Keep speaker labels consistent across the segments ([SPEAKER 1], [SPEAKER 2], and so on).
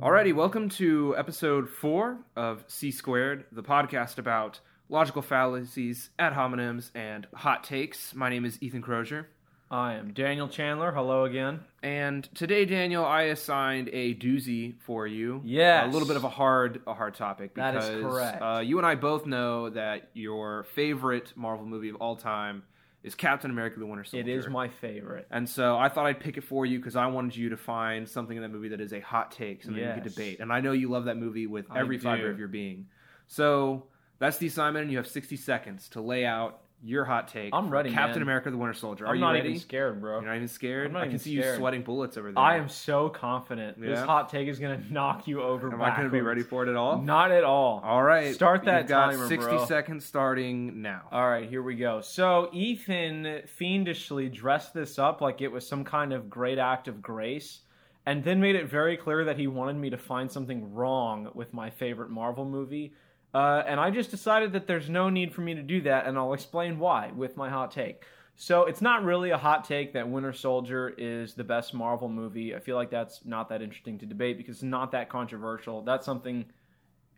[SPEAKER 1] Alrighty, welcome to episode four of C Squared, the podcast about logical fallacies, ad hominems, and hot takes. My name is Ethan Crozier.
[SPEAKER 2] I am Daniel Chandler. Hello again.
[SPEAKER 1] And today, Daniel, I assigned a doozy for you.
[SPEAKER 2] Yes.
[SPEAKER 1] a little bit of a hard, a hard topic.
[SPEAKER 2] That
[SPEAKER 1] Because,
[SPEAKER 2] is correct.
[SPEAKER 1] Uh, you and I both know that your favorite Marvel movie of all time is Captain America: The Winter
[SPEAKER 2] It
[SPEAKER 1] Soldier.
[SPEAKER 2] is my favorite.
[SPEAKER 1] And so I thought I'd pick it for you because I wanted you to find something in that movie that is a hot take, something you could
[SPEAKER 2] Yes.
[SPEAKER 1] debate. And I know you love that movie with
[SPEAKER 2] I
[SPEAKER 1] every fiber
[SPEAKER 2] do.
[SPEAKER 1] of your being. So that's the assignment, and you have 60 seconds to lay out your hot take.
[SPEAKER 2] I'm
[SPEAKER 1] for
[SPEAKER 2] ready,
[SPEAKER 1] Captain
[SPEAKER 2] man.
[SPEAKER 1] America: The Winter Soldier. Are
[SPEAKER 2] I'm
[SPEAKER 1] you
[SPEAKER 2] not
[SPEAKER 1] ready?
[SPEAKER 2] even scared, bro.
[SPEAKER 1] You're not even scared.
[SPEAKER 2] I'm not
[SPEAKER 1] I can
[SPEAKER 2] even
[SPEAKER 1] see you
[SPEAKER 2] scared.
[SPEAKER 1] sweating bullets over there.
[SPEAKER 2] I am so confident. This
[SPEAKER 1] Yeah?
[SPEAKER 2] hot take is gonna knock you over.
[SPEAKER 1] Am I going to be
[SPEAKER 2] backwards.
[SPEAKER 1] ready for it at all?
[SPEAKER 2] Not at all.
[SPEAKER 1] All right.
[SPEAKER 2] Start that
[SPEAKER 1] You've got
[SPEAKER 2] timer,
[SPEAKER 1] 60
[SPEAKER 2] bro. Uh,
[SPEAKER 1] seconds starting now.
[SPEAKER 2] All right, here we go. So Ethan fiendishly dressed this up like it was some kind of great act of grace, and then made it very clear that he wanted me to find something wrong with my favorite Marvel movie. Uh, and I just decided that there's no need for me to do that, and I'll explain why with my hot take. So it's not really a hot take that Winter Soldier is the best Marvel movie. I feel like that's not that interesting to debate because it's not that controversial. That's something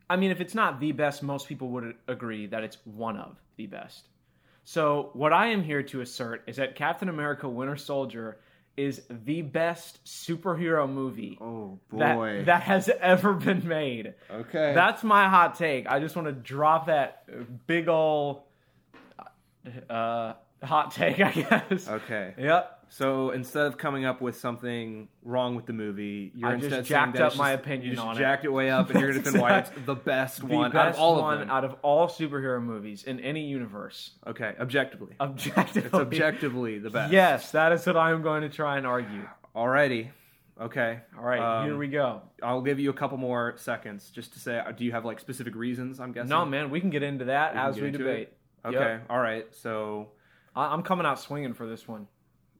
[SPEAKER 2] I mean, if it's not the best, most people would agree that it's one of the best. So, what I am here to assert is that Captain America Winter Soldier is the best superhero movie
[SPEAKER 1] oh, boy.
[SPEAKER 2] that, that has ever been made.
[SPEAKER 1] okay.
[SPEAKER 2] That's my hot take. I just want to drop that big ol' uh, hot take, I guess.
[SPEAKER 1] okay.
[SPEAKER 2] Yep.
[SPEAKER 1] So instead of coming up with something wrong with the movie, you're
[SPEAKER 2] I just
[SPEAKER 1] instead saying
[SPEAKER 2] jacked
[SPEAKER 1] that
[SPEAKER 2] up
[SPEAKER 1] it's
[SPEAKER 2] my
[SPEAKER 1] just-
[SPEAKER 2] opinion
[SPEAKER 1] you just
[SPEAKER 2] on it.
[SPEAKER 1] jacked it. way up, and you're going to defend why it's
[SPEAKER 2] Exact-
[SPEAKER 1] the best
[SPEAKER 2] The
[SPEAKER 1] one out of
[SPEAKER 2] best
[SPEAKER 1] all
[SPEAKER 2] one
[SPEAKER 1] of them.
[SPEAKER 2] out of all superhero movies in any universe.
[SPEAKER 1] okay, objectively,
[SPEAKER 2] Objectively.
[SPEAKER 1] it's objectively the best.
[SPEAKER 2] Yes, that is what I'm going to try and argue.
[SPEAKER 1] Alrighty. Okay.
[SPEAKER 2] All right,
[SPEAKER 1] Um,
[SPEAKER 2] here we go.
[SPEAKER 1] I'll give you a couple more seconds just to say. Do you have like specific reasons? I'm guessing.
[SPEAKER 2] No, man, we can get into that
[SPEAKER 1] We can
[SPEAKER 2] as
[SPEAKER 1] get
[SPEAKER 2] we
[SPEAKER 1] into
[SPEAKER 2] debate.
[SPEAKER 1] Okay.
[SPEAKER 2] Yep.
[SPEAKER 1] All right. So.
[SPEAKER 2] I- I'm coming out swinging for this one.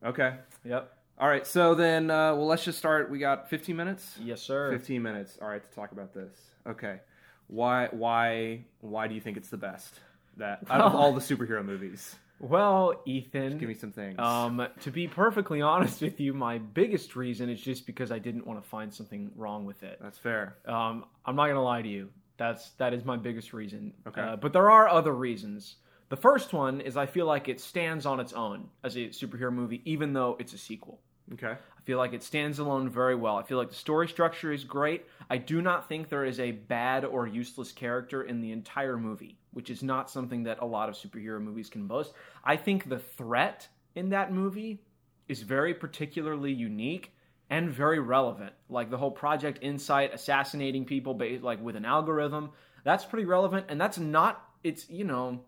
[SPEAKER 1] Okay.
[SPEAKER 2] Yep.
[SPEAKER 1] All right. So then, uh, well, let's just start. We got 15 minutes.
[SPEAKER 2] Yes, sir.
[SPEAKER 1] 15 minutes. All right, to talk about this. Okay. Why why why do you think it's the best? That out of
[SPEAKER 2] Well-
[SPEAKER 1] all the superhero movies.
[SPEAKER 2] Well, Ethan.
[SPEAKER 1] Give me some things.
[SPEAKER 2] Um, to be perfectly honest with you, my biggest reason is just because I didn't want to find something wrong with it.
[SPEAKER 1] That's fair.
[SPEAKER 2] Um, I'm not gonna lie to you. That's that is my biggest reason.
[SPEAKER 1] Okay.
[SPEAKER 2] Uh, but there are other reasons. The first one is I feel like it stands on its own as a superhero movie, even though it's a sequel.
[SPEAKER 1] Okay.
[SPEAKER 2] I feel like it stands alone very well. I feel like the story structure is great. I do not think there is a bad or useless character in the entire movie, which is not something that a lot of superhero movies can boast. I think the threat in that movie is very particularly unique and very relevant. Like the whole Project Insight assassinating people ba- like with an algorithm, that's pretty relevant and that's not it's, you know,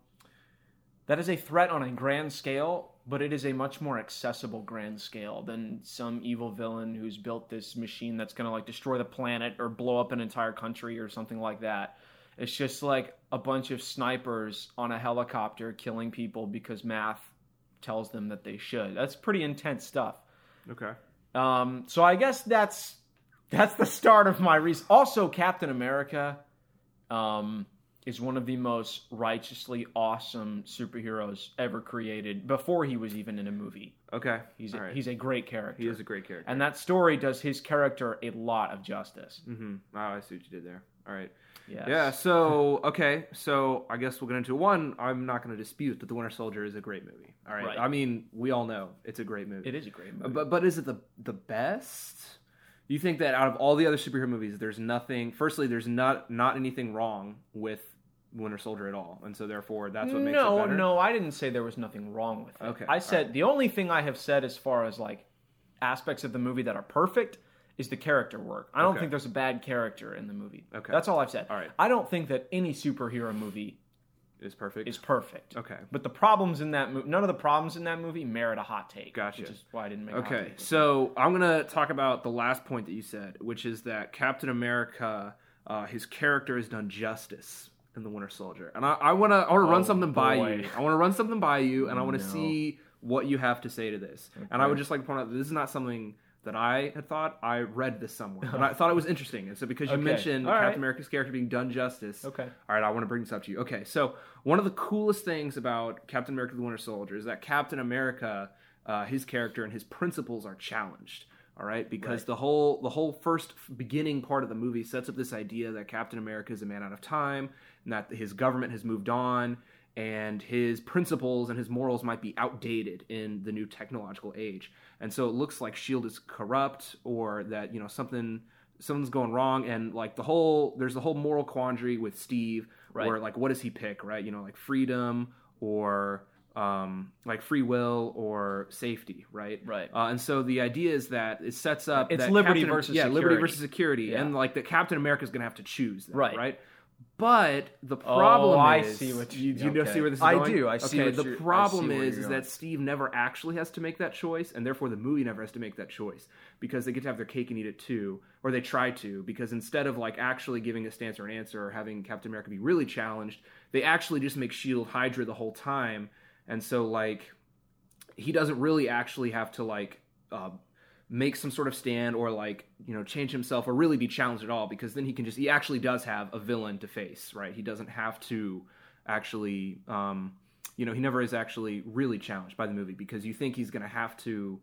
[SPEAKER 2] that is a threat on a grand scale, but it is a much more accessible grand scale than some evil villain who's built this machine that's going to like destroy the planet or blow up an entire country or something like that. It's just like a bunch of snipers on a helicopter killing people because math tells them that they should. That's pretty intense stuff.
[SPEAKER 1] Okay.
[SPEAKER 2] Um, so I guess that's that's the start of my reason. Also, Captain America um, is one of the most righteously awesome superheroes ever created. Before he was even in a movie,
[SPEAKER 1] Okay.
[SPEAKER 2] he's
[SPEAKER 1] All
[SPEAKER 2] a,
[SPEAKER 1] right.
[SPEAKER 2] he's a great character,
[SPEAKER 1] he is a great character.
[SPEAKER 2] and that story does his character a lot of justice.
[SPEAKER 1] Mhm. Wow, I see what you did there. All right.
[SPEAKER 2] Yes.
[SPEAKER 1] Yeah, so okay, so I guess we'll get into it. one. I'm not going to dispute that The Winter Soldier is a great movie. All right.
[SPEAKER 2] Right.
[SPEAKER 1] I mean, we all know it's a great movie.
[SPEAKER 2] it is a great movie.
[SPEAKER 1] But but is it the the best? You think that out of all the other superhero movies, there's nothing. Firstly, there's not not anything wrong with Winter Soldier at all, and so therefore that's what makes
[SPEAKER 2] no,
[SPEAKER 1] it better.
[SPEAKER 2] no, I didn't say there was nothing wrong with it.
[SPEAKER 1] Okay,
[SPEAKER 2] I said the only thing I have said as far as like aspects of the movie that are perfect is the character work. I don't
[SPEAKER 1] Okay.
[SPEAKER 2] think there's a bad character in the movie.
[SPEAKER 1] Okay.
[SPEAKER 2] That's all I've said.
[SPEAKER 1] All right.
[SPEAKER 2] I don't think that any superhero movie
[SPEAKER 1] is perfect.
[SPEAKER 2] is perfect.
[SPEAKER 1] okay,
[SPEAKER 2] But the problems in that movie, none of the problems in that movie merit a hot take.
[SPEAKER 1] Gotcha.
[SPEAKER 2] Which is why I didn't make a hot
[SPEAKER 1] okay.
[SPEAKER 2] take.
[SPEAKER 1] So I'm gonna talk about the last point that you said, which is that Captain America, uh, his character is done justice in the Winter Soldier, and I, I wanna I wanna run
[SPEAKER 2] Oh,
[SPEAKER 1] something by you.
[SPEAKER 2] boy.
[SPEAKER 1] I wanna run something by you, and I wanna
[SPEAKER 2] No.
[SPEAKER 1] see what you have to say to this. And I would just like to point out that this is not something that I had thought. I read this somewhere, and I thought it was interesting. And so because you
[SPEAKER 2] Okay.
[SPEAKER 1] mentioned
[SPEAKER 2] All
[SPEAKER 1] Captain
[SPEAKER 2] right.
[SPEAKER 1] America's character being done justice,
[SPEAKER 2] Okay.
[SPEAKER 1] all right, I want to bring this up to you. Okay, so one of the coolest things about Captain America: The Winter Soldier is that Captain America, uh, his character and his principles are challenged. All right, because
[SPEAKER 2] Right.
[SPEAKER 1] the whole the whole first beginning part of the movie sets up this idea that Captain America is a man out of time, and that his government has moved on, and his principles and his morals might be outdated in the new technological age. And so it looks like Shield E is corrupt, or that you know something something's going wrong, and like the whole there's the whole moral quandary with Steve,
[SPEAKER 2] Right.
[SPEAKER 1] where like what does he pick, right? You know, like freedom or um, like free will or safety, right?
[SPEAKER 2] Right.
[SPEAKER 1] Uh, and so the idea is that it sets up
[SPEAKER 2] It's
[SPEAKER 1] that
[SPEAKER 2] liberty
[SPEAKER 1] Captain-
[SPEAKER 2] versus
[SPEAKER 1] yeah, liberty
[SPEAKER 2] security.
[SPEAKER 1] versus security,
[SPEAKER 2] Yeah.
[SPEAKER 1] and like that Captain America is going to have to choose, that,
[SPEAKER 2] Right.
[SPEAKER 1] Right. But the
[SPEAKER 3] Oh,
[SPEAKER 1] problem
[SPEAKER 2] I
[SPEAKER 1] is,
[SPEAKER 2] see what
[SPEAKER 1] you,
[SPEAKER 2] you-
[SPEAKER 1] do you know,
[SPEAKER 2] okay.
[SPEAKER 1] see where this is
[SPEAKER 3] I
[SPEAKER 1] going?
[SPEAKER 3] do, I see
[SPEAKER 1] Okay,
[SPEAKER 3] what
[SPEAKER 1] the
[SPEAKER 3] you're- I see
[SPEAKER 1] problem
[SPEAKER 3] where you're
[SPEAKER 1] is, is
[SPEAKER 3] going.
[SPEAKER 1] that Steve never actually has to make that choice, and therefore the movie never has to make that choice because they get to have their cake and eat it too, or they try to. Because instead of like actually giving a stance or an answer or having Captain America be really challenged, they actually just make Shield E Hydra the whole time, and so like he doesn't really actually have to like uh, make some sort of stand or like you know change himself or really be challenged at all because then he can just he actually does have a villain to face right he doesn't have to actually um you know he never is actually really challenged by the movie because you think he's going to have to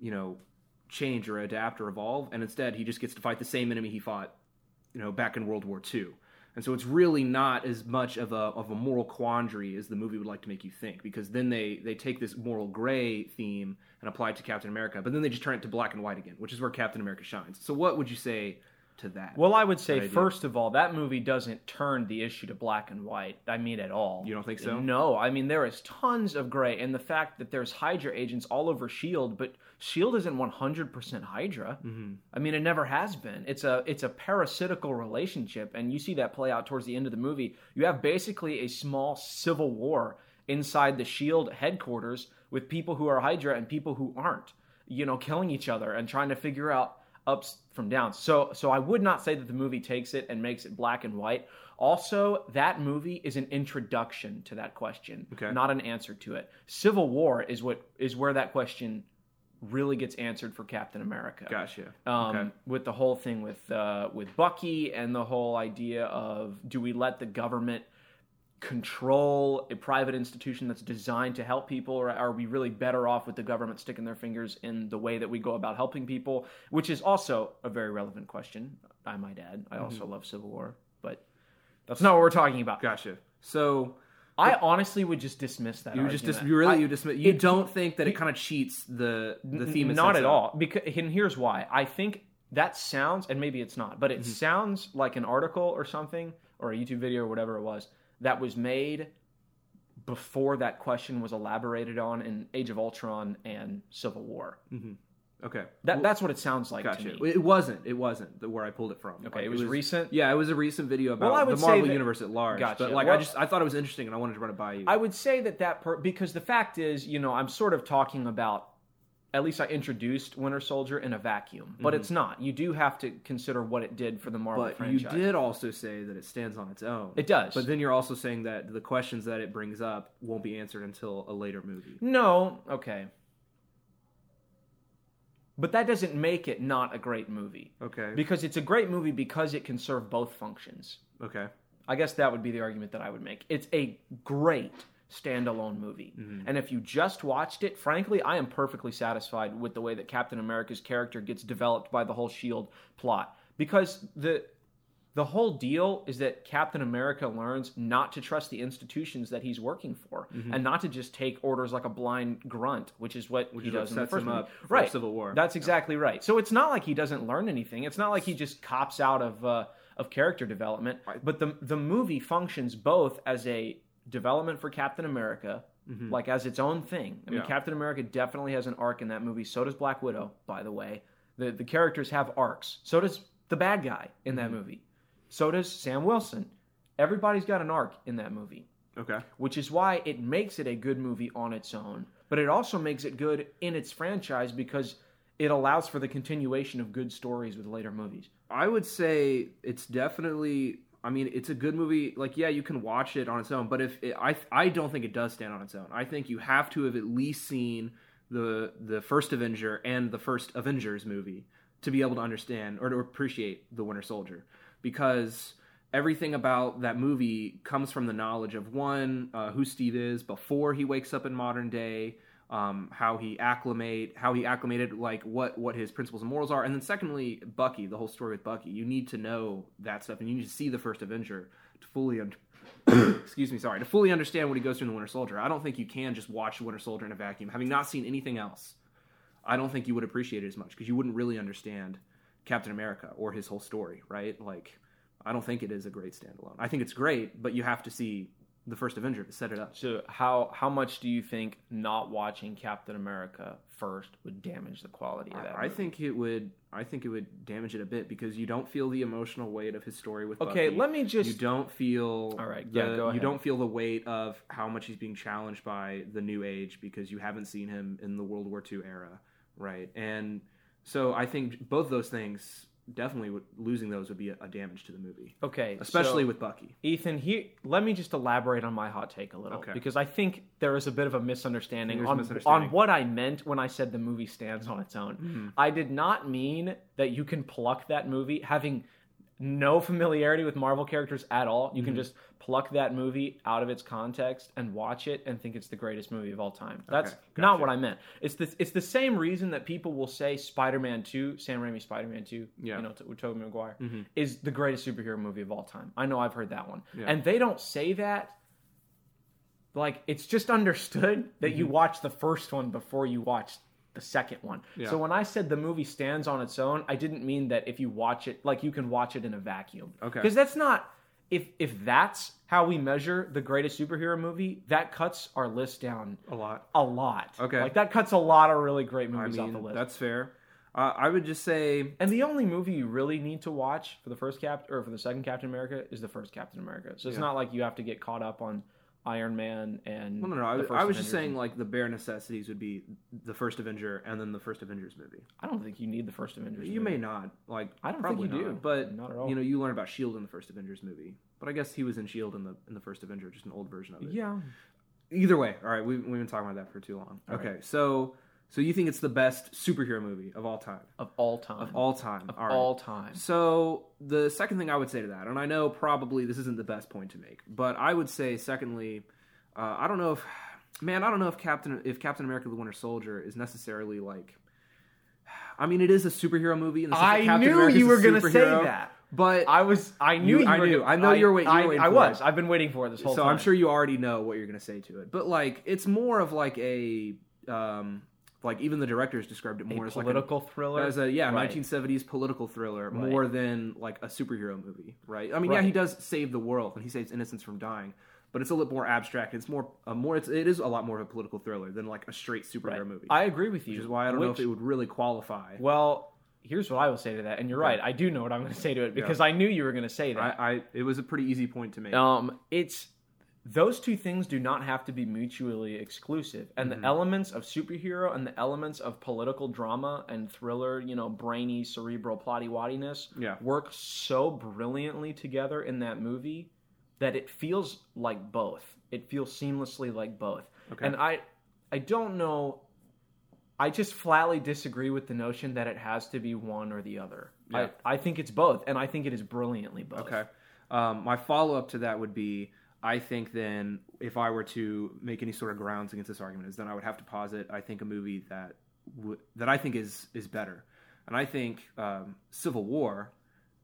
[SPEAKER 1] you know change or adapt or evolve and instead he just gets to fight the same enemy he fought you know back in world war ii and so it's really not as much of a of a moral quandary as the movie would like to make you think, because then they they take this moral gray theme and apply it to Captain America, but then they just turn it to black and white again, which is where Captain America shines. So what would you say to that?
[SPEAKER 2] Well, I would say,
[SPEAKER 1] Good idea.
[SPEAKER 2] first of all, that movie doesn't turn the issue to black and white. I mean, at all.
[SPEAKER 1] You don't think so?
[SPEAKER 2] No. I mean, there is tons of gray, and the fact that there's Hydra agents all over Shield, E but Shield isn't 100% Hydra. Mm-hmm. I mean, it never has been. It's a it's a parasitical relationship, and you see that play out towards the end of the movie. You have basically a small civil war inside the Shield E headquarters with people who are Hydra and people who aren't. You know, killing each other and trying to figure out ups from downs. So so I would not say that the movie takes it and makes it black and white. Also, that movie is an introduction to that question,
[SPEAKER 1] Okay.
[SPEAKER 2] not an answer to it. Civil War is what is where that question really gets answered for Captain America.
[SPEAKER 1] gotcha.
[SPEAKER 2] Um,
[SPEAKER 1] Okay.
[SPEAKER 2] With the whole thing with uh, with Bucky and the whole idea of do we let the government control a private institution that's designed to help people, or are we really better off with the government sticking their fingers in the way that we go about helping people? Which is also a very relevant question, I might add. I
[SPEAKER 1] Mm-hmm.
[SPEAKER 2] also love Civil War, but that's not what we're talking about.
[SPEAKER 1] Gotcha. So
[SPEAKER 2] I honestly would just dismiss that.
[SPEAKER 1] you just dis-
[SPEAKER 2] argument.
[SPEAKER 1] you really
[SPEAKER 2] I-
[SPEAKER 1] you dismiss you
[SPEAKER 2] it-
[SPEAKER 1] don't think that it kind of cheats the the theme it
[SPEAKER 2] not
[SPEAKER 1] sets
[SPEAKER 2] at
[SPEAKER 1] up.
[SPEAKER 2] all because and here's why i think that sounds and maybe it's not but
[SPEAKER 1] Mm-hmm.
[SPEAKER 2] it sounds like an article or something or a youtube video or whatever it was that was made before that question was elaborated on in age of ultron and civil war
[SPEAKER 1] Okay.
[SPEAKER 2] that, that's what it sounds like
[SPEAKER 1] Gotcha.
[SPEAKER 2] to me
[SPEAKER 1] It wasn't. It wasn't the, where I pulled it from.
[SPEAKER 2] okay it was, recent
[SPEAKER 1] Yeah, it was a recent video about
[SPEAKER 2] Well, I would
[SPEAKER 1] the Marvel
[SPEAKER 2] say that-
[SPEAKER 1] universe at large.
[SPEAKER 2] Gotcha.
[SPEAKER 1] But like, I
[SPEAKER 2] Well-
[SPEAKER 1] just I thought it was interesting, and I wanted to run it by you.
[SPEAKER 2] I would say that that per- because the fact is, you know, I'm sort of talking about. At least I introduced Winter Soldier in a vacuum, but it's not. You do have to consider what it did for the Marvel
[SPEAKER 1] Mm-hmm. But
[SPEAKER 2] franchise.
[SPEAKER 1] you did also say that it stands on its own.
[SPEAKER 2] It does.
[SPEAKER 1] But then you're also saying that the questions that it brings up won't be answered until a later movie.
[SPEAKER 2] No, okay. But that doesn't make it not a great movie.
[SPEAKER 1] Okay.
[SPEAKER 2] Because it's a great movie because it can serve both functions.
[SPEAKER 1] okay.
[SPEAKER 2] I guess that would be the argument that I would make. It's a great standalone movie.
[SPEAKER 1] Mm-hmm.
[SPEAKER 2] And if you just watched it, frankly, I am perfectly satisfied with the way that Captain America's character gets developed by the whole shield E plot because the the whole deal is that Captain America learns not to trust the institutions that he's working for
[SPEAKER 1] Mm-hmm.
[SPEAKER 2] and not to just take orders like a blind grunt, which is what he
[SPEAKER 1] is what
[SPEAKER 2] does in the
[SPEAKER 1] sets
[SPEAKER 2] first
[SPEAKER 1] him
[SPEAKER 2] movie.
[SPEAKER 1] up for
[SPEAKER 2] right.
[SPEAKER 1] Civil War.
[SPEAKER 2] That's exactly right. So it's not like he doesn't learn anything. It's not like he just cops out of uh, of character development. But the the movie functions both as a development for Captain America, like as its own thing. I mean,
[SPEAKER 1] Mm-hmm. Yeah.
[SPEAKER 2] Captain America definitely has an arc in that movie. So does Black Widow, by the way. The the characters have arcs. So does the bad guy in
[SPEAKER 1] Mm-hmm.
[SPEAKER 2] that movie. So does Sam Wilson. Everybody's got an arc in that movie
[SPEAKER 1] Okay.
[SPEAKER 2] which is why it makes it a good movie on its own, but it also makes it good in its franchise because it allows for the continuation of good stories with later movies.
[SPEAKER 1] I would say it's definitely. I mean, it's a good movie. Like, yeah, you can watch it on its own, but if it, I, I don't think it does stand on its own. I think you have to have at least seen the the first Avenger and the first Avengers movie to be able to understand or to appreciate the Winter Soldier, because everything about that movie comes from the knowledge of one uh, who Steve is before he wakes up in modern day. um, how he acclimate, how he acclimated, like what what his principles and morals are, and then secondly, Bucky, the whole story with Bucky. You need to know that stuff, and you need to see the first Avenger to fully un- excuse me, sorry, to fully understand what he goes through in the Winter Soldier. I don't think you can just watch the Winter Soldier in a vacuum, having not seen anything else. I don't think you would appreciate it as much because you wouldn't really understand Captain America or his whole story, right? Like, I don't think it is a great standalone. I think it's great, but you have to see the first Avenger to set it up.
[SPEAKER 2] So how how much do you think not watching Captain America first would damage the quality of that?
[SPEAKER 1] I, I
[SPEAKER 2] movie?
[SPEAKER 1] think it would. I think it would damage it a bit because you don't feel the emotional weight of his story with.
[SPEAKER 2] Okay,
[SPEAKER 1] Bucky.
[SPEAKER 2] let me just.
[SPEAKER 1] you don't feel.
[SPEAKER 2] All right,
[SPEAKER 1] the,
[SPEAKER 2] yeah, go
[SPEAKER 1] You
[SPEAKER 2] ahead.
[SPEAKER 1] don't feel the weight of how much he's being challenged by the new age because you haven't seen him in the World War II era, right? And so I think both those things definitely would, losing those would be a, a damage to the movie,
[SPEAKER 2] okay,
[SPEAKER 1] especially
[SPEAKER 2] so,
[SPEAKER 1] with Bucky.
[SPEAKER 2] Ethan. He let me just elaborate on my hot take a little
[SPEAKER 1] Okay.
[SPEAKER 2] because I think there is a bit of a misunderstanding
[SPEAKER 1] There's
[SPEAKER 2] on
[SPEAKER 1] misunderstanding. Mm-hmm.
[SPEAKER 2] on what I meant when I said the movie stands on its own. I did not mean that you can pluck that movie having no familiarity with Marvel characters at all. You
[SPEAKER 1] Mm-hmm.
[SPEAKER 2] can just pluck that movie out of its context and watch it and think it's the greatest movie of all time. That's not
[SPEAKER 1] gotcha.
[SPEAKER 2] what I meant. It's the it's the same reason that people will say Spider-Man 2, Sam Raimi Spider-Man 2,
[SPEAKER 1] Yeah.
[SPEAKER 2] you know, t- with Tobey Maguire
[SPEAKER 1] Mhm.
[SPEAKER 2] is the greatest superhero movie of all time. I know I've heard that one.
[SPEAKER 1] Yeah.
[SPEAKER 2] And they don't say that like it's just understood that
[SPEAKER 1] Mm-hmm.
[SPEAKER 2] you watch the first one before you watch the second one.
[SPEAKER 1] Yeah.
[SPEAKER 2] So when I said the movie stands on its own, I didn't mean that if you watch it like you can watch it in a vacuum.
[SPEAKER 1] Okay.
[SPEAKER 2] Because that's not if if that's how we measure the greatest superhero movie, that cuts our list down
[SPEAKER 1] A lot.
[SPEAKER 2] a lot.
[SPEAKER 1] Okay.
[SPEAKER 2] Like that cuts a lot of really great
[SPEAKER 1] I
[SPEAKER 2] movies off the
[SPEAKER 1] mean,
[SPEAKER 2] list.
[SPEAKER 1] that's fair. Uh, I would just say
[SPEAKER 2] And the only movie you really need to watch for the first Cap or for the second Captain America is the first Captain America. So it's
[SPEAKER 1] Yeah.
[SPEAKER 2] not like you have to get caught up on Iron Man and
[SPEAKER 1] Well, no, no. I,
[SPEAKER 2] the
[SPEAKER 1] was-
[SPEAKER 2] first
[SPEAKER 1] I was just
[SPEAKER 2] Avengers.
[SPEAKER 1] saying, like, the bare necessities would be the first Avenger and then the first Avengers movie.
[SPEAKER 2] I don't think you need the first Avengers.
[SPEAKER 1] You
[SPEAKER 2] movie.
[SPEAKER 1] may not. Like,
[SPEAKER 2] I don't
[SPEAKER 1] probably
[SPEAKER 2] think you
[SPEAKER 1] not,
[SPEAKER 2] do,
[SPEAKER 1] But,
[SPEAKER 2] not at all.
[SPEAKER 1] you know, you learn about S.H.I.E.L.D. E in the first Avengers movie. But I guess he was in S.H.I.E.L.D. in the, in the first Avenger, just an old version of it.
[SPEAKER 2] yeah.
[SPEAKER 1] Either way. All right. We, we've been talking about that for too long. okay. So so you think it's the best superhero movie of all time?
[SPEAKER 2] Of all time.
[SPEAKER 1] Of all time.
[SPEAKER 2] Of
[SPEAKER 1] all right.
[SPEAKER 2] all time.
[SPEAKER 1] So the second thing I would say to that, and I know probably this isn't the best point to make, but I would say secondly, uh, I don't know if, man, I don't know if Captain if Captain America: The Winter Soldier is necessarily like. I mean, it is a superhero movie. In the sense that
[SPEAKER 2] I
[SPEAKER 1] Captain
[SPEAKER 2] knew
[SPEAKER 1] America's
[SPEAKER 2] you
[SPEAKER 1] a
[SPEAKER 2] were gonna say
[SPEAKER 1] superhero,
[SPEAKER 2] that.
[SPEAKER 1] but
[SPEAKER 2] I was. I
[SPEAKER 1] You-
[SPEAKER 2] knew. You,
[SPEAKER 1] I
[SPEAKER 2] were
[SPEAKER 1] knew.
[SPEAKER 2] gonna-
[SPEAKER 1] I know you're wait- you were
[SPEAKER 2] I,
[SPEAKER 1] waiting
[SPEAKER 2] I
[SPEAKER 1] for
[SPEAKER 2] was.
[SPEAKER 1] it.
[SPEAKER 2] I've been waiting for it this whole
[SPEAKER 1] so
[SPEAKER 2] time.
[SPEAKER 1] I'm sure you already know what you're going to say to it. But like, it's more of like a, um, like even the directors described it more
[SPEAKER 2] a
[SPEAKER 1] as like an
[SPEAKER 2] political thriller.
[SPEAKER 1] As a yeah,
[SPEAKER 2] Right.
[SPEAKER 1] 1970s political thriller
[SPEAKER 2] Right.
[SPEAKER 1] more than like a superhero movie, right? I mean, yeah,
[SPEAKER 2] Right.
[SPEAKER 1] he does save the world and he saves innocents from dying, but it's a little more abstract. It's more a more it's, it is a lot more of a political thriller than like a straight superhero movie.
[SPEAKER 2] I agree with you.
[SPEAKER 1] which is why I don't know if it would really qualify.
[SPEAKER 2] Well, here's what I will say to that, and you're right. I do know what I'm going to say to it because I knew you were going to say that.
[SPEAKER 1] I, I it was a pretty easy point to make.
[SPEAKER 2] um it's those two things do not have to be mutually exclusive and the elements of superhero and the elements of political drama and thriller you know brainy cerebral plotty waddiness
[SPEAKER 1] Yeah.
[SPEAKER 2] work so brilliantly together in that movie that it feels like both it feels seamlessly like both
[SPEAKER 1] Okay.
[SPEAKER 2] and i i don't know I just flatly disagree with the notion that it has to be one or the other.
[SPEAKER 1] Yeah.
[SPEAKER 2] I, I think it's both, and I think it is brilliantly both.
[SPEAKER 1] Okay. Um, my follow up to that would be I think then, if I were to make any sort of grounds against this argument, is then I would have to posit, I think, a movie that w- that I think is is better. And I think um, Civil War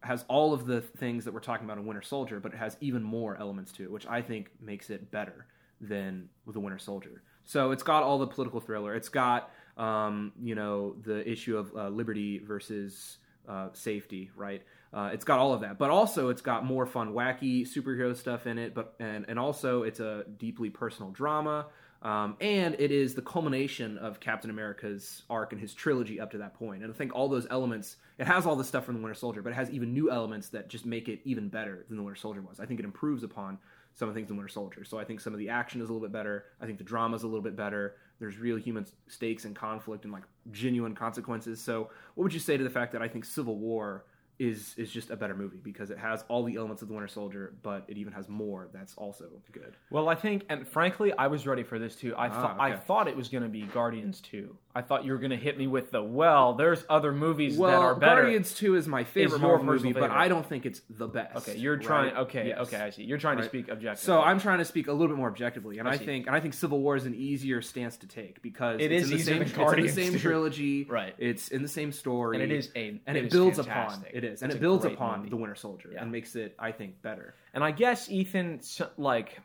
[SPEAKER 1] has all of the things that we're talking about in Winter Soldier, but it has even more elements to it, which I think makes it better than The Winter Soldier. So it's got all the political thriller. It's got, um, you know, the issue of uh, liberty versus uh, safety, right? Uh, it's got all of that, but also it's got more fun, wacky superhero stuff in it. But and and also it's a deeply personal drama, um, and it is the culmination of Captain America's arc and his trilogy up to that point. And I think all those elements, it has all the stuff from the Winter Soldier, but it has even new elements that just make it even better than the Winter Soldier was. I think it improves upon some of the things in Winter Soldier. So I think some of the action is a little bit better. I think the drama is a little bit better. There's real human stakes and conflict and like genuine consequences. So what would you say to the fact that I think Civil War is is just a better movie because it has all the elements of the Winter Soldier, but it even has more that's also good.
[SPEAKER 2] Well, I think, and frankly, I was ready for this too. I thought
[SPEAKER 1] Ah,
[SPEAKER 2] I
[SPEAKER 1] okay.
[SPEAKER 2] thought it was going to be Guardians two. I thought you were going to hit me with the well. There's other movies that
[SPEAKER 1] Well,
[SPEAKER 2] are better.
[SPEAKER 1] Guardians Two is my favorite
[SPEAKER 2] your
[SPEAKER 1] Marvel movie,
[SPEAKER 2] personal
[SPEAKER 1] but
[SPEAKER 2] favorite.
[SPEAKER 1] I don't think it's the best.
[SPEAKER 2] okay, you're
[SPEAKER 1] right?
[SPEAKER 2] trying. Okay,
[SPEAKER 1] Yes.
[SPEAKER 2] okay, I see. You're trying
[SPEAKER 1] Right.
[SPEAKER 2] to speak objectively.
[SPEAKER 1] So I'm trying to speak a little bit more objectively, and
[SPEAKER 2] I
[SPEAKER 1] I,
[SPEAKER 2] see.
[SPEAKER 1] think and I think Civil War is an easier stance to take because
[SPEAKER 2] It
[SPEAKER 1] it's in
[SPEAKER 2] is
[SPEAKER 1] the
[SPEAKER 2] easier
[SPEAKER 1] same,
[SPEAKER 2] than
[SPEAKER 1] it's
[SPEAKER 2] Guardians,
[SPEAKER 1] in the same
[SPEAKER 2] dude.
[SPEAKER 1] trilogy,
[SPEAKER 2] Right.
[SPEAKER 1] It's in the same story,
[SPEAKER 2] and it is a
[SPEAKER 1] and it,
[SPEAKER 2] is
[SPEAKER 1] builds
[SPEAKER 2] fantastic.
[SPEAKER 1] upon it is, and
[SPEAKER 2] It's
[SPEAKER 1] it
[SPEAKER 2] a
[SPEAKER 1] builds
[SPEAKER 2] great
[SPEAKER 1] upon
[SPEAKER 2] movie.
[SPEAKER 1] the Winter Soldier
[SPEAKER 2] Yeah.
[SPEAKER 1] and makes it, I think, better.
[SPEAKER 2] And I guess Ethan, so- like,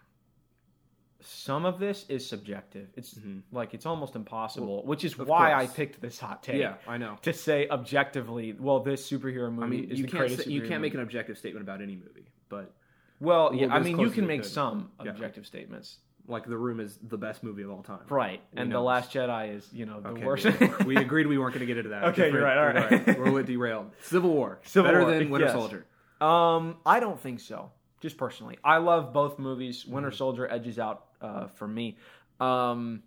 [SPEAKER 2] some of this is subjective. It's
[SPEAKER 1] Mhm.
[SPEAKER 2] like it's almost impossible, which is
[SPEAKER 1] of
[SPEAKER 2] why
[SPEAKER 1] course.
[SPEAKER 2] I picked this hot take.
[SPEAKER 1] Yeah, I know.
[SPEAKER 2] To say objectively, well, this superhero movie
[SPEAKER 1] I mean,
[SPEAKER 2] is
[SPEAKER 1] you
[SPEAKER 2] the
[SPEAKER 1] can't
[SPEAKER 2] greatest.
[SPEAKER 1] say- you
[SPEAKER 2] superhero
[SPEAKER 1] can't make
[SPEAKER 2] movie.
[SPEAKER 1] an objective statement about any movie, but
[SPEAKER 2] Well, yeah,
[SPEAKER 1] Well,
[SPEAKER 2] I
[SPEAKER 1] as
[SPEAKER 2] mean,
[SPEAKER 1] close
[SPEAKER 2] you
[SPEAKER 1] as
[SPEAKER 2] can
[SPEAKER 1] we
[SPEAKER 2] make
[SPEAKER 1] could.
[SPEAKER 2] some
[SPEAKER 1] Yeah.
[SPEAKER 2] objective statements,
[SPEAKER 1] like The Room is the best movie of all time.
[SPEAKER 2] right?
[SPEAKER 1] We
[SPEAKER 2] and
[SPEAKER 1] know
[SPEAKER 2] the Last Jedi is, you know, the
[SPEAKER 1] Okay,
[SPEAKER 2] worst.
[SPEAKER 1] we agreed we weren't going to get into that.
[SPEAKER 2] Okay, you're right, all right.
[SPEAKER 1] We're a little derailed. Civil War,
[SPEAKER 2] Civil
[SPEAKER 1] better
[SPEAKER 2] War,
[SPEAKER 1] than Winter
[SPEAKER 2] yes.
[SPEAKER 1] Soldier.
[SPEAKER 2] Um, I don't think so. Just personally, I love both movies. Winter
[SPEAKER 1] Mm-hmm.
[SPEAKER 2] Soldier edges out uh, for me, um,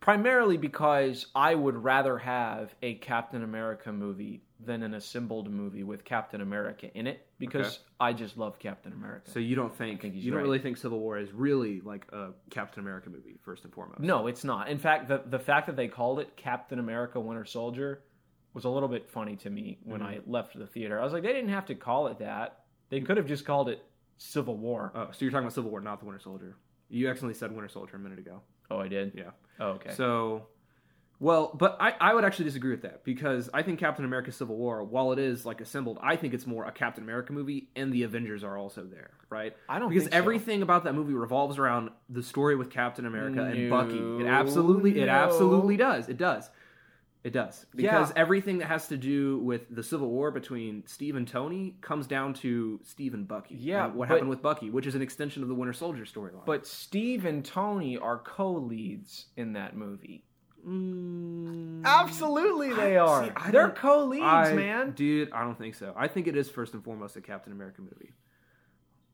[SPEAKER 2] primarily because I would rather have a Captain America movie than an assembled movie with Captain America in it because
[SPEAKER 1] Okay.
[SPEAKER 2] I just love Captain America.
[SPEAKER 1] So you don't think,
[SPEAKER 2] think he's
[SPEAKER 1] you don't
[SPEAKER 2] right.
[SPEAKER 1] really think Civil War is really like a Captain America movie first and foremost?
[SPEAKER 2] no, it's not. In fact, the the fact that they called it Captain America Winter Soldier was a little bit funny to me when
[SPEAKER 1] Mm-hmm.
[SPEAKER 2] I left the theater. I was like, they didn't have to call it that. They could have just called it Civil War.
[SPEAKER 1] Oh, so you're talking about Civil War, not the Winter Soldier. You accidentally said Winter Soldier a minute ago.
[SPEAKER 2] Oh, I did.
[SPEAKER 1] Yeah.
[SPEAKER 2] Oh, okay.
[SPEAKER 1] So, well, but I, I would actually disagree with that because I think Captain America Civil War, while it is like assembled, I think it's more a Captain America movie and the Avengers are also there, right?
[SPEAKER 2] I don't
[SPEAKER 1] because
[SPEAKER 2] think so.
[SPEAKER 1] everything about that movie revolves around the story with Captain America and Bucky. It
[SPEAKER 2] No,
[SPEAKER 1] absolutely it
[SPEAKER 2] no.
[SPEAKER 1] absolutely does. It does. It does. Because everything that has to do with the Civil War between Steve and Tony comes down to Steve and Bucky.
[SPEAKER 2] Yeah,
[SPEAKER 1] and what
[SPEAKER 2] but-
[SPEAKER 1] happened with Bucky, which is an extension of the Winter Soldier storyline.
[SPEAKER 2] But Steve and Tony are co-leads in that movie.
[SPEAKER 1] Mm.
[SPEAKER 2] Absolutely, they
[SPEAKER 1] are.
[SPEAKER 2] They're
[SPEAKER 1] They're
[SPEAKER 2] co-leads,
[SPEAKER 1] I-
[SPEAKER 2] man.
[SPEAKER 1] Dude, I don't think so. I think it is first and foremost a Captain America movie.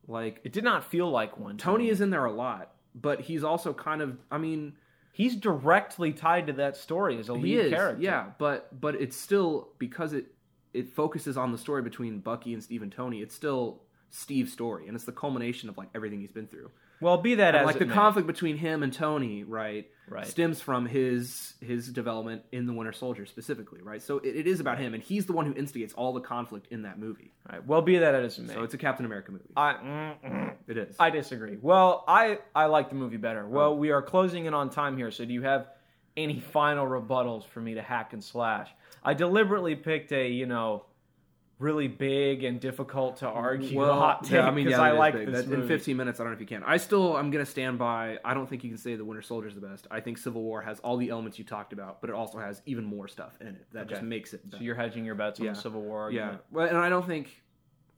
[SPEAKER 1] Like
[SPEAKER 2] It did not feel like one. to
[SPEAKER 1] Tony
[SPEAKER 2] me.
[SPEAKER 1] is in there a lot, but he's also kind of I mean,
[SPEAKER 2] He's directly tied to that story as a
[SPEAKER 1] he
[SPEAKER 2] lead
[SPEAKER 1] is.
[SPEAKER 2] character.
[SPEAKER 1] Yeah, but but it's still because it it focuses on the story between Bucky and Steve and Tony, it's still Steve's story and it's the culmination of like everything he's been through.
[SPEAKER 2] Well, be that
[SPEAKER 1] And,
[SPEAKER 2] as
[SPEAKER 1] like
[SPEAKER 2] it
[SPEAKER 1] the
[SPEAKER 2] may.
[SPEAKER 1] conflict between him and Tony, right,
[SPEAKER 2] Right.
[SPEAKER 1] stems from his his development in the Winter Soldier specifically, right? So it, it is about him and he's the one who instigates all the conflict in that movie.
[SPEAKER 2] Right, Well, be that as it may.
[SPEAKER 1] So it's a Captain America movie.
[SPEAKER 2] I, mm, mm,
[SPEAKER 1] It is.
[SPEAKER 2] I disagree. Well, I I like the movie better. Well, we are closing in on time here, so do you have any final rebuttals for me to hack and slash? I deliberately picked a you know really big and difficult to argue hot take
[SPEAKER 1] yeah, I mean, yeah,
[SPEAKER 2] I
[SPEAKER 1] that is
[SPEAKER 2] like
[SPEAKER 1] big.
[SPEAKER 2] this
[SPEAKER 1] That-
[SPEAKER 2] movie.
[SPEAKER 1] in 15 minutes. I don't know if you can. I still, I'm gonna stand by. I don't think you can say the Winter Soldier is the best. I think Civil War has all the elements you talked about, but it also has even more stuff in it that just
[SPEAKER 2] Okay.
[SPEAKER 1] makes it.
[SPEAKER 2] So
[SPEAKER 1] Better.
[SPEAKER 2] you're hedging your bets on
[SPEAKER 1] Yeah.
[SPEAKER 2] the Civil War
[SPEAKER 1] yeah,
[SPEAKER 2] argument.
[SPEAKER 1] well, and I don't think.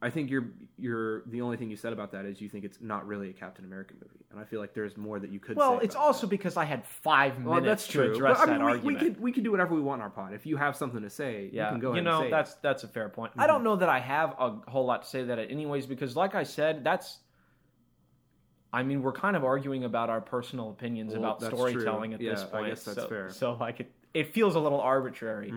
[SPEAKER 1] I think you're you're the only thing you said about that is you think it's not really a Captain America movie, and I feel like there's more that you could.
[SPEAKER 2] Well,
[SPEAKER 1] say
[SPEAKER 2] it's
[SPEAKER 1] about
[SPEAKER 2] also because I had five
[SPEAKER 1] that.
[SPEAKER 2] minutes
[SPEAKER 1] well that's
[SPEAKER 2] to
[SPEAKER 1] true.
[SPEAKER 2] address
[SPEAKER 1] But, I mean,
[SPEAKER 2] that
[SPEAKER 1] we, we
[SPEAKER 2] argument.
[SPEAKER 1] could we can do whatever we want in our pod. If you have something to say,
[SPEAKER 2] yeah,
[SPEAKER 1] you can go ahead
[SPEAKER 2] know
[SPEAKER 1] and say it.
[SPEAKER 2] that's that's a fair point. I
[SPEAKER 1] Mm-hmm.
[SPEAKER 2] don't know that I have a whole lot to say that anyways because, like I said, that's. I mean, we're kind of arguing about our personal opinions
[SPEAKER 1] Well,
[SPEAKER 2] about
[SPEAKER 1] that's
[SPEAKER 2] storytelling
[SPEAKER 1] true.
[SPEAKER 2] at this
[SPEAKER 1] Yeah, I
[SPEAKER 2] point.
[SPEAKER 1] guess that's
[SPEAKER 2] so,
[SPEAKER 1] fair. Mm-hmm.
[SPEAKER 2] So like it, it feels a little arbitrary.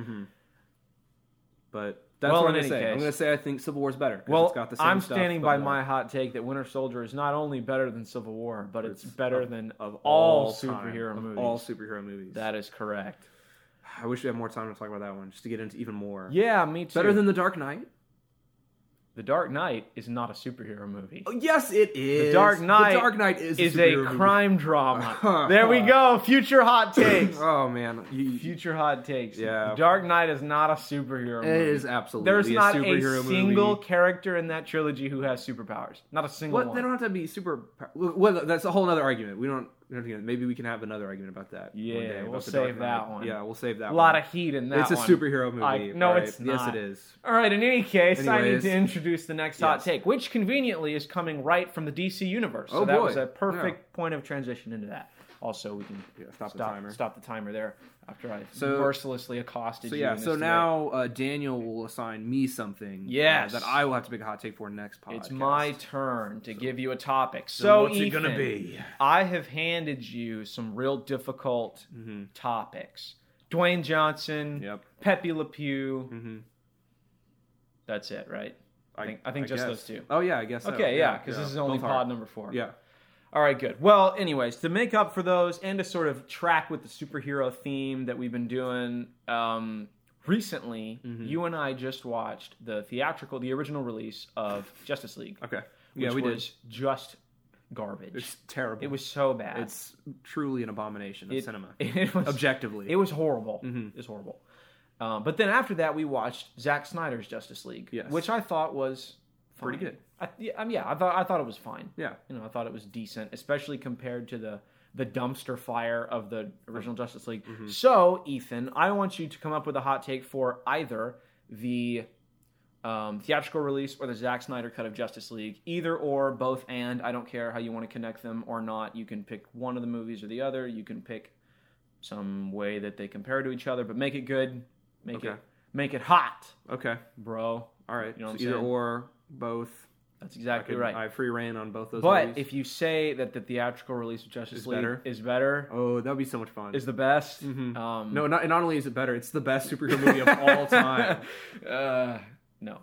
[SPEAKER 1] But that's
[SPEAKER 2] Well,
[SPEAKER 1] what I'm going
[SPEAKER 2] in any
[SPEAKER 1] to say.
[SPEAKER 2] case-
[SPEAKER 1] I'm going to say I think Civil War is better. 'cause
[SPEAKER 2] Well,
[SPEAKER 1] it's got the same
[SPEAKER 2] I'm
[SPEAKER 1] stuff,
[SPEAKER 2] standing
[SPEAKER 1] but uh,
[SPEAKER 2] by
[SPEAKER 1] more-
[SPEAKER 2] my hot take that Winter Soldier is not only better than Civil War, but it's,
[SPEAKER 1] It's
[SPEAKER 2] better
[SPEAKER 1] of-
[SPEAKER 2] than
[SPEAKER 1] of
[SPEAKER 2] all,
[SPEAKER 1] time,
[SPEAKER 2] superhero
[SPEAKER 1] of
[SPEAKER 2] movies.
[SPEAKER 1] all superhero movies.
[SPEAKER 2] that is correct.
[SPEAKER 1] I wish we had more time to talk about that one, just to get into even more.
[SPEAKER 2] Yeah, me too.
[SPEAKER 1] Better than The Dark Knight?
[SPEAKER 2] The Dark Knight is not a superhero movie.
[SPEAKER 1] Oh, yes, it is.
[SPEAKER 2] Dark Knight
[SPEAKER 1] The Dark Knight is,
[SPEAKER 2] It's a
[SPEAKER 1] superhero movie.
[SPEAKER 2] crime drama. there we go. Future hot takes.
[SPEAKER 1] Oh man, You- you-
[SPEAKER 2] Future hot takes.
[SPEAKER 1] Yeah.
[SPEAKER 2] The Dark Knight is not a superhero
[SPEAKER 1] it
[SPEAKER 2] movie.
[SPEAKER 1] is absolutely
[SPEAKER 2] There's
[SPEAKER 1] a
[SPEAKER 2] not a,
[SPEAKER 1] superhero movie.
[SPEAKER 2] single character in that trilogy who has superpowers. Not a single
[SPEAKER 1] What?
[SPEAKER 2] one.
[SPEAKER 1] They don't have to be super. Well, that's a whole other argument. We don't. we don't- Maybe we can have another argument about that. one
[SPEAKER 2] Yeah,
[SPEAKER 1] day, about
[SPEAKER 2] we'll
[SPEAKER 1] The Dark
[SPEAKER 2] save that
[SPEAKER 1] Knight.
[SPEAKER 2] one.
[SPEAKER 1] Yeah, we'll save that.
[SPEAKER 2] a lot
[SPEAKER 1] one.
[SPEAKER 2] of heat in
[SPEAKER 1] It's
[SPEAKER 2] that
[SPEAKER 1] a
[SPEAKER 2] one.
[SPEAKER 1] superhero movie.
[SPEAKER 2] I- no,
[SPEAKER 1] right?
[SPEAKER 2] it's not.
[SPEAKER 1] Yes, it is.
[SPEAKER 2] All right, in any case, I need
[SPEAKER 1] Anyways.
[SPEAKER 2] to introduce the next hot
[SPEAKER 1] Yes.
[SPEAKER 2] take, which conveniently is coming right from the DC universe. So
[SPEAKER 1] Oh,
[SPEAKER 2] that
[SPEAKER 1] boy.
[SPEAKER 2] was a perfect point of transition into that. Also, we can
[SPEAKER 1] Yeah, stop the
[SPEAKER 2] stop,
[SPEAKER 1] timer.
[SPEAKER 2] stop the timer there after I
[SPEAKER 1] So-
[SPEAKER 2] mercilessly accosted
[SPEAKER 1] So
[SPEAKER 2] you.
[SPEAKER 1] yeah,
[SPEAKER 2] in
[SPEAKER 1] so
[SPEAKER 2] this
[SPEAKER 1] now uh, Daniel will assign me something. uh,
[SPEAKER 2] Yes.
[SPEAKER 1] that I will have to make a hot take for next podcast.
[SPEAKER 2] way. it's my turn to give you a topic. So,
[SPEAKER 1] what's it gonna
[SPEAKER 2] Ethan,
[SPEAKER 1] be?
[SPEAKER 2] I have handed you some real difficult topics. Dwayne Johnson,
[SPEAKER 1] Mm-hmm. Yep. Mm-hmm.
[SPEAKER 2] Pepe Le Pew,
[SPEAKER 1] Mhm.
[SPEAKER 2] That's it, right? I think, I think just
[SPEAKER 1] guess.
[SPEAKER 2] those two.
[SPEAKER 1] Oh yeah, I guess. so.
[SPEAKER 2] Okay, yeah, because this is only
[SPEAKER 1] Both are.
[SPEAKER 2] pod number four.
[SPEAKER 1] Yeah,
[SPEAKER 2] All right, good. Well, anyways, to make up for those and to sort of track with the superhero theme that we've been doing um, recently,
[SPEAKER 1] Mm-hmm.
[SPEAKER 2] you and I just watched the theatrical, the original release of Justice League,
[SPEAKER 1] okay.
[SPEAKER 2] which
[SPEAKER 1] Yeah, we did.
[SPEAKER 2] was just garbage.
[SPEAKER 1] It's terrible.
[SPEAKER 2] it was so bad.
[SPEAKER 1] It's truly an abomination of
[SPEAKER 2] It-
[SPEAKER 1] cinema,
[SPEAKER 2] it was,
[SPEAKER 1] objectively.
[SPEAKER 2] It was horrible.
[SPEAKER 1] Mm-hmm.
[SPEAKER 2] It was horrible. Um, but then after that, we watched Zack Snyder's Justice League,
[SPEAKER 1] Yes.
[SPEAKER 2] which I thought was fine.
[SPEAKER 1] Pretty good.
[SPEAKER 2] I, yeah, I mean, yeah, I thought I thought it was fine.
[SPEAKER 1] yeah,
[SPEAKER 2] You know, I thought it was decent, especially compared to the the dumpster fire of the original Justice League.
[SPEAKER 1] Mm-hmm.
[SPEAKER 2] So, Ethan, I want you to come up with a hot take for either the um, theatrical release or the Zack Snyder cut of Justice League. Either or, both and. I don't care how you want to connect them or not. You can pick one of the movies or the other. You can pick some way that they compare to each other, but make it good. Make it
[SPEAKER 1] Okay.
[SPEAKER 2] make it hot,
[SPEAKER 1] okay,
[SPEAKER 2] bro.
[SPEAKER 1] all right.
[SPEAKER 2] You know what
[SPEAKER 1] So
[SPEAKER 2] I'm
[SPEAKER 1] either
[SPEAKER 2] saying?
[SPEAKER 1] or both.
[SPEAKER 2] That's
[SPEAKER 1] I
[SPEAKER 2] exactly
[SPEAKER 1] could-
[SPEAKER 2] right.
[SPEAKER 1] I have free reign on both those.
[SPEAKER 2] But
[SPEAKER 1] movies.
[SPEAKER 2] if you say that the theatrical release of Justice
[SPEAKER 1] Is
[SPEAKER 2] League
[SPEAKER 1] better.
[SPEAKER 2] is better,
[SPEAKER 1] oh, that would be so much fun.
[SPEAKER 2] is the best,
[SPEAKER 1] Mhm.
[SPEAKER 2] um,
[SPEAKER 1] no, not, not only is it better, it's the best superhero movie of all time.
[SPEAKER 2] uh, no,